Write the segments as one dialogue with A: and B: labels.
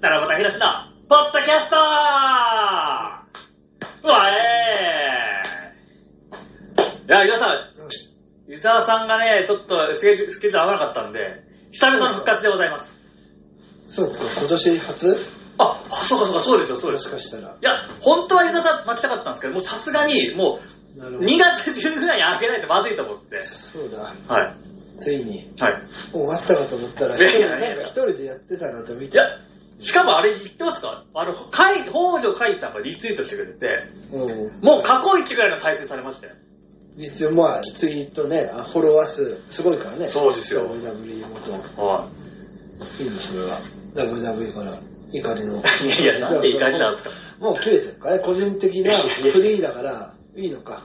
A: 七夕ひろしの、ポッドキャストわえーいや、皆さん、湯沢さんがね、ちょっとスケジュールスケジュール合わなかったんで、久々の復活でございます。
B: そうか、今年初
A: あ、あそうかそうか、そうですよ、そうで
B: も
A: す
B: し。かしたら。
A: いや、本当は湯沢さん待ちたかったんですけど、もうさすがに、も
B: なる
A: う
B: ほど。
A: 2月中ぐらいに開けないとまずいと思って。
B: そうだ、
A: はい。
B: ついに。
A: はい。
B: 終わったかと思ったら、
A: いや
B: 一
A: い
B: 人
A: やいや
B: なんか一人でやってたなと見
A: い
B: て
A: や。、しかもあれ知ってますかあの、かい、北条海さんがリツイートしてくれて、
B: うん。
A: もう過去一ぐらいの再生されましたよ。
B: 実はまあ、ツイートね、あフォロワー数、すごいからね。
A: そうですよ
B: WWE 元、
A: はい
B: いの、それは。WWE から、怒りの。
A: い。いやいや、なんで怒りなんですか
B: もう切れてるかい個人的なフリーだから、いいのか。はい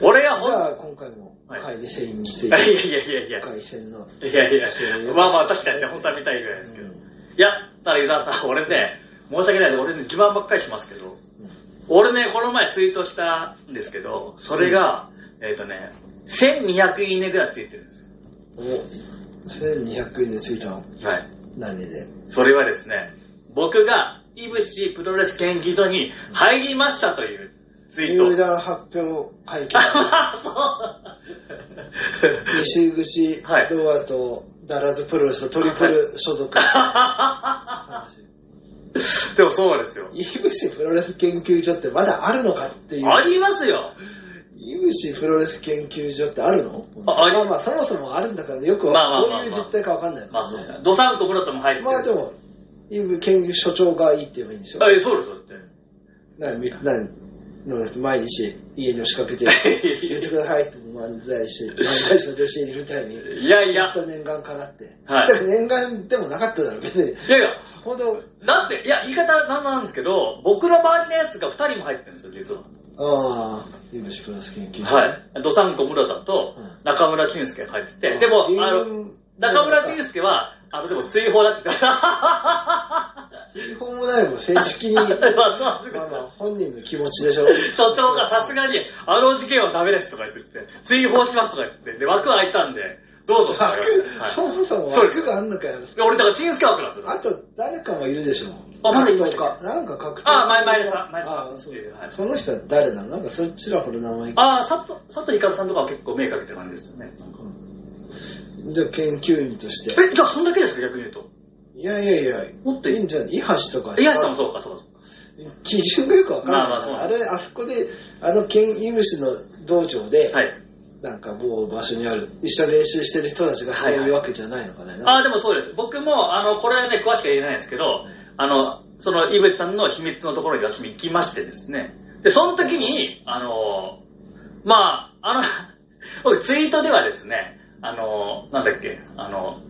A: 俺がほ
B: じ
A: ん、
B: ゃあ、今回も、
A: はい
B: 会で戦につい
A: いやい
B: て、
A: やいやいやいや。
B: 回戦の。
A: いやいや、まあまあ確かにね、本当は見たいぐらいですけど。いや、ただ湯沢さん、俺ね、申し訳ないで、俺ね、自慢ばっかりしますけど、俺ね、この前ツイートしたんですけど、それが、えっ、とね、1200いいねぐらいついてるんです
B: お、1200円でついたの。
A: よ。はい。
B: 何で
A: それはですね、僕が、いぶしプロレス研究所に入りましたというツイー ト。
B: 入団発表会見。
A: あ、そう。
B: 西口
A: はい
B: ロアとダラズプロレスとトリプル所 属。話
A: でもそうですよ。
B: イブシプロレス研究所ってまだあるのかってい
A: あ
B: う。
A: りますよ。
B: イブシプロレス研究所ってあるの
A: ああり
B: まあまあそもそもあるんだからよく
A: まあまあま
B: わど
A: あ
B: う
A: ま
B: い
A: あ
B: う実態かわかんないもんね
A: まあそうですね。ドサンコムロトも入ってる。
B: まあでも、イブ研究所長がいいって言えばいいんでしょ
A: あいやそうです、そうです。
B: なみなの毎日家に押しか けて入れてくださいって漫才師漫才師の女子にいるみたいに
A: いやい
B: や
A: や
B: っ、と念願かなって、
A: はい
B: だから念願でもなかっただろ別に
A: いやいや、
B: ほど
A: だって、いや、言い方なんなんですけど、僕の周りのやつが2人も入ってるんですよ、実は。
B: ああイブシプラス研究所、ね、
A: はい。ドサンコムロトと
B: うん
A: 中村俊介が入って
B: あ
A: て、
B: ー
A: でも、
B: 芸人
A: あの、中村俊介は、あの、でも追放だって言 ってました。
B: 基本もないもん正 式にま
A: ますます
B: あまあ本人の気持ちでしょ
A: 所長がさすがに、あの事件はダメですとか言ってて、追放しますとか言ってて、で、枠空いたんで、どうぞって言われて
B: 枠
A: はい
B: そもそも
A: そうです
B: 枠があんのかよ
A: いや俺、だからチンスケ枠なんですよ。
B: あと誰かもいるでしょ
A: あまだいま
B: 格
A: した
B: 闘
A: か
B: 家なんか格闘
A: あ前前田さん前田さん
B: あーそうそう
A: はい
B: その人は誰なのなんかそっちらほど名前
A: ああ、佐藤、佐藤ひかるさんとかは結構目かけてる感じですよね。
B: じゃあ研究員として。
A: え、じゃあそんだけですか、逆に言うと。
B: いやいやいや、
A: もっと
B: いいんじゃないイハシとか。
A: 伊橋さんもそうか、そうか。
B: 基準がよくわかんない。
A: まあまあそう
B: あれ、あそこで、あの、ケンイムシの道場で、
A: はい。
B: なんか某場所にある、一緒に練習してる人たちがそう
A: はい
B: い
A: はいう
B: わけじゃないのかね。
A: ああ、でもそうです。僕も、あの、これはね、詳しくは言えないですけど、あの、その、井口さんの秘密のところに私も行きましてですね。で、その時に、あの、まあ、あの、 僕ツイートではですね、あの、なんだっけ、あの、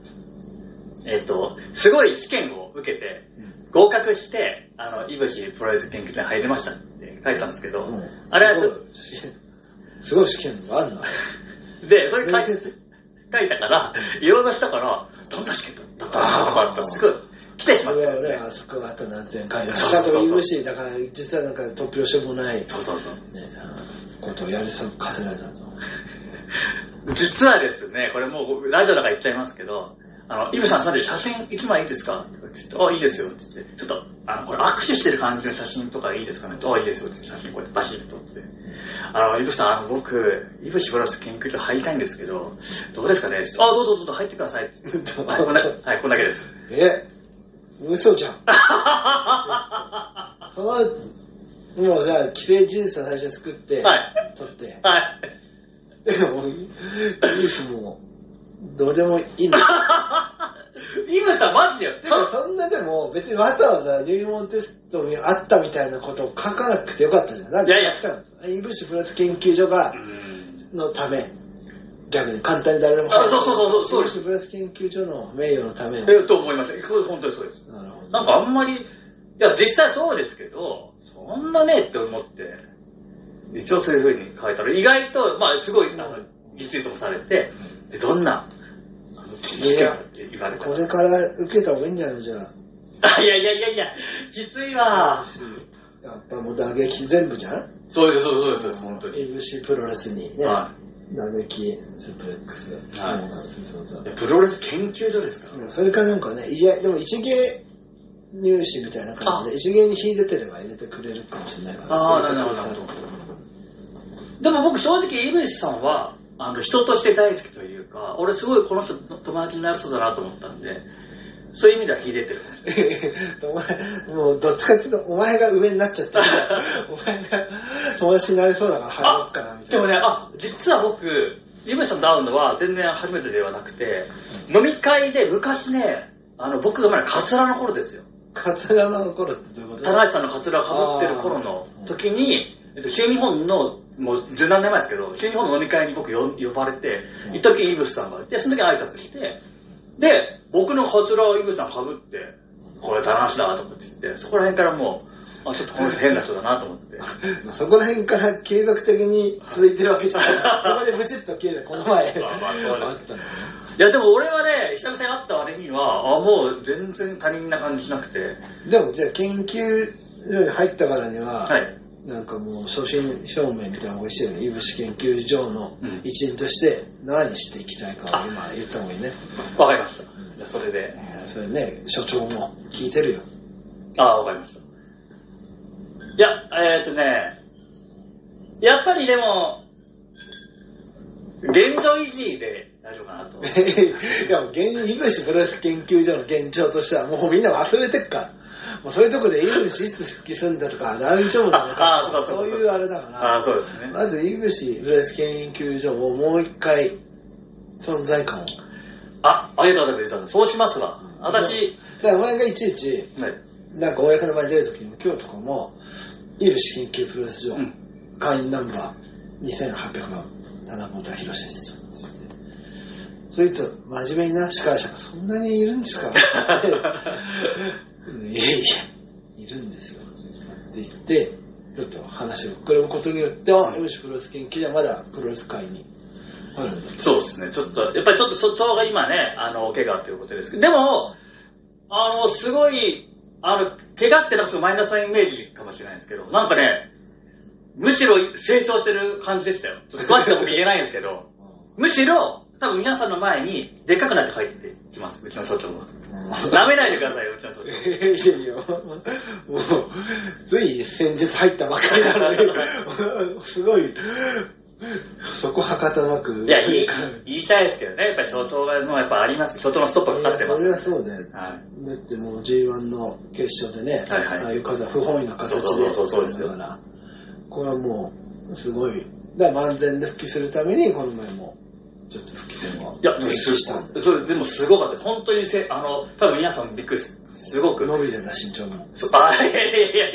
A: えっ、と、すごい試験を受けて、合格して、あの、井口プロレス研究所に入りましたって書いたんですけど、
B: うん
A: あれはちょっ
B: すごいすごい試験があるな。
A: で、それ書い
B: 面接
A: 書いたから、いろんな人から、どんな試験だったんですかとかって、すぐ来てしま
B: そ
A: ってで
B: れは
A: す
B: ね、
A: ね。
B: あそこはあと何千回だ。
A: そうそうそう
B: しかもイムシ、だから実はなんか突拍子もない、ね、
A: そうそうそう。
B: ことをやりさ、課せられたと。
A: 実はですね、これもうラジオだから言っちゃいますけど、あの、イブさんさて写真1枚いいですかって言って、あ、いいですよって言って、ちょっと、あの、これ握手してる感じの写真とかいいですかねあ、いいですよって言って写真こうやってバシッと撮って。あの、イブさん、あの、僕、イブしばらく研究所入りたいんですけど、どうですかねちょっとあ、どうぞどうぞ入ってくださいって言 って。はい、こんな、はい、こんだけです。
B: え嘘じゃん そのもうじゃあ規定事実を最初に作って、
A: はい
B: 取って
A: はい。
B: でもいいしもうどうでもいいん だ
A: イブさん、マジでよ。
B: てかそんなでも別にわざわざ入門テストにあったみたいなことを書かなくてよかったじゃんなん
A: いやいや
B: 来たのイブシプラス研究所が
A: うん
B: のため逆に簡単に誰でも入る
A: あそうそうそうそうそう
B: イブ
A: です
B: シプラス研究所の名誉のために
A: え、と思いました。これ本当にそうです。
B: なるほど
A: なんかあんまり、いや、実際そうですけど、そんなねって思って、一応そういう風に書いたら、意外と、まあ、すごい、あの、リツイートもされて、で、どんな、あの、
B: いや
A: って言われた
B: これから受けた方がいいんじゃないのじゃあ
A: あ、いやいやいやいや、きついわ。
B: やっぱもう打撃全部じゃん
A: そうです、そうです、そうです、本当に。
B: MC プロレスにね、
A: は
B: 打撃、スプレックス、
A: はい
B: もうなんていうの
A: い。プロレス研究所ですか
B: うんそれかなんかね、いや、でも一芸入試みたいな感じで、一元に引いててれば入れてくれるかもしれないから。
A: あー
B: 入れてくれた
A: な
B: ら
A: るほでも僕正直、イブシさんは、あの、人として大好きというか、俺すごいこの人友達になりそうだなと思ったんで、そういう意味では秀でてる。
B: お前、もうどっちかっていうと、お前が上になっちゃってるから、お前が友達になりそうだから入ろうかな、みた
A: で
B: い
A: も
B: な。
A: ね、あ、実は僕、イブシさんと会うのは全然初めてではなくて、飲み会で昔ね、あの、僕がまだカツラの頃ですよ。
B: カツラの頃ってどういうこと
A: 田橋さんのカツラを被ってる頃の時に、えっと、週日本の、もう十何年前ですけど、週日本の飲み会に僕よ呼ばれて、一時イブスさんがいて、その時挨拶して、で、僕のカツラをイブスさん被って、これ田橋だと思って言って、そこら辺からもう、あ、ちょっとこの人変な人だなと思って。
B: まあそこら辺から計画的に続いてるわけじゃない。そこでブチッと切れた、この前。
A: まあまあそうです
B: あったのね。
A: いや、でも俺はね、久々に会った割には、あ、もう全然他人な感じしなくて、
B: でもじゃあ研究所に入ったからに は、
A: はい。
B: なんかもう初心表明みたいなのが一緒にいぶし研究所の
A: うん
B: 一員として何していきたいかを今言った方がいいね
A: わかりました。じゃあそれで。
B: それね所長も聞いてるよ
A: ああ、わかりました。いや、えー、っとね、やっぱりでも、現状維持で大丈夫かなと。
B: いやもう現いぶしプロレス研究所の現状としてはもうみんな忘れてっからもうそういうとこでいぶしいつ復帰するんだとか大丈夫なの
A: ああそう
B: かと
A: か
B: か
A: そうか
B: そういうあれだから
A: ああ、そうですね。
B: まずいぶしプロレス研究所をもう一回存在感を
A: あ、ありがとうございます。そうしますわ。私、
B: だからお前がいちいち
A: ね、
B: なんか公の場に出るときにも今日とかも、イル資金級プロレス場、
A: うん
B: 会員ナンバー2800万、七本田博士ですよ。つってそういう人、真面目にな、司会者がそんなにいるんですかって言っていやいや、いるんですよ。って言って、ちょっと話を膨らむことによって、あ、イルシプロレス研究所はまだプロレス界にあるんだ。
A: そうですね。ちょっと、やっぱりちょっと所長が今ね、あの、お怪我ということですけど、でも、あの、すごい、あの、怪我ってのはすごいマイナスなイメージかもしれないですけど、なんかね、むしろ成長してる感じでしたよ。ちょっと詳しくは僕言えないんですけど。むしろ、多分皆さんの前に、でっかくなって入ってきます、うちの所長は。舐めないでくださいよ、うちの所長。
B: いやいや、もう、つい先日入ったばっかりなのに、すごい、そこはかたなく。
A: いや、言い言いたいですけどね、やっぱり所長が、もうやっぱあります、所長のストップがかかってま
B: そ
A: す。
B: れ
A: は
B: はそうで、
A: い。
B: だってもう G1 の決勝でね、
A: はいはい
B: ああいう方、不本意な形で、
A: そうそうそうそうですよ
B: だから、これはもう、すごい、だから万全で復帰するために、この前も、ちょっと復帰戦を
A: いや、
B: 実施したんで、
A: それ、でもすごかったです。本当にせ、あの、多分皆さんびっくりす。すごく。
B: 伸びてた身長も、
A: そあ、いやいやいやい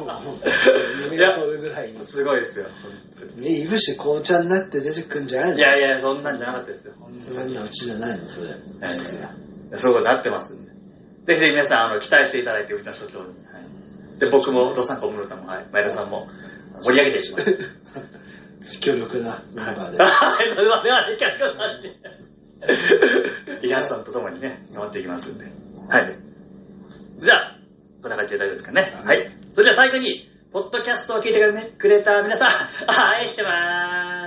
B: もう
A: や。
B: 2
A: い
B: メ ー
A: や
B: ト、ルぐらいに。
A: すごいですよ。本当に
B: ねいぶして紅茶になって出てくんじゃないの
A: いやいや、そんなんじゃなかったですよ。本
B: そんなうちじゃないのそれ。
A: 当に
B: 実は。
A: いやすごいなってますんで。ぜひぜひ皆さん、あの、期待していただいて、うちの所長に。はい、で、僕も、ドサンコムロさんも、はい、前田さんも、盛り上げていきます。
B: 強力なメンバーで。
A: はい、それでは、では、いかがさんで。イラスさんと共にね、頑張っていきますんで。はい。じゃあ、こんな感じで大丈夫ですかね。はい。それじゃあ最後に、ポッドキャストを聞いてくれた皆さん、愛してまーす。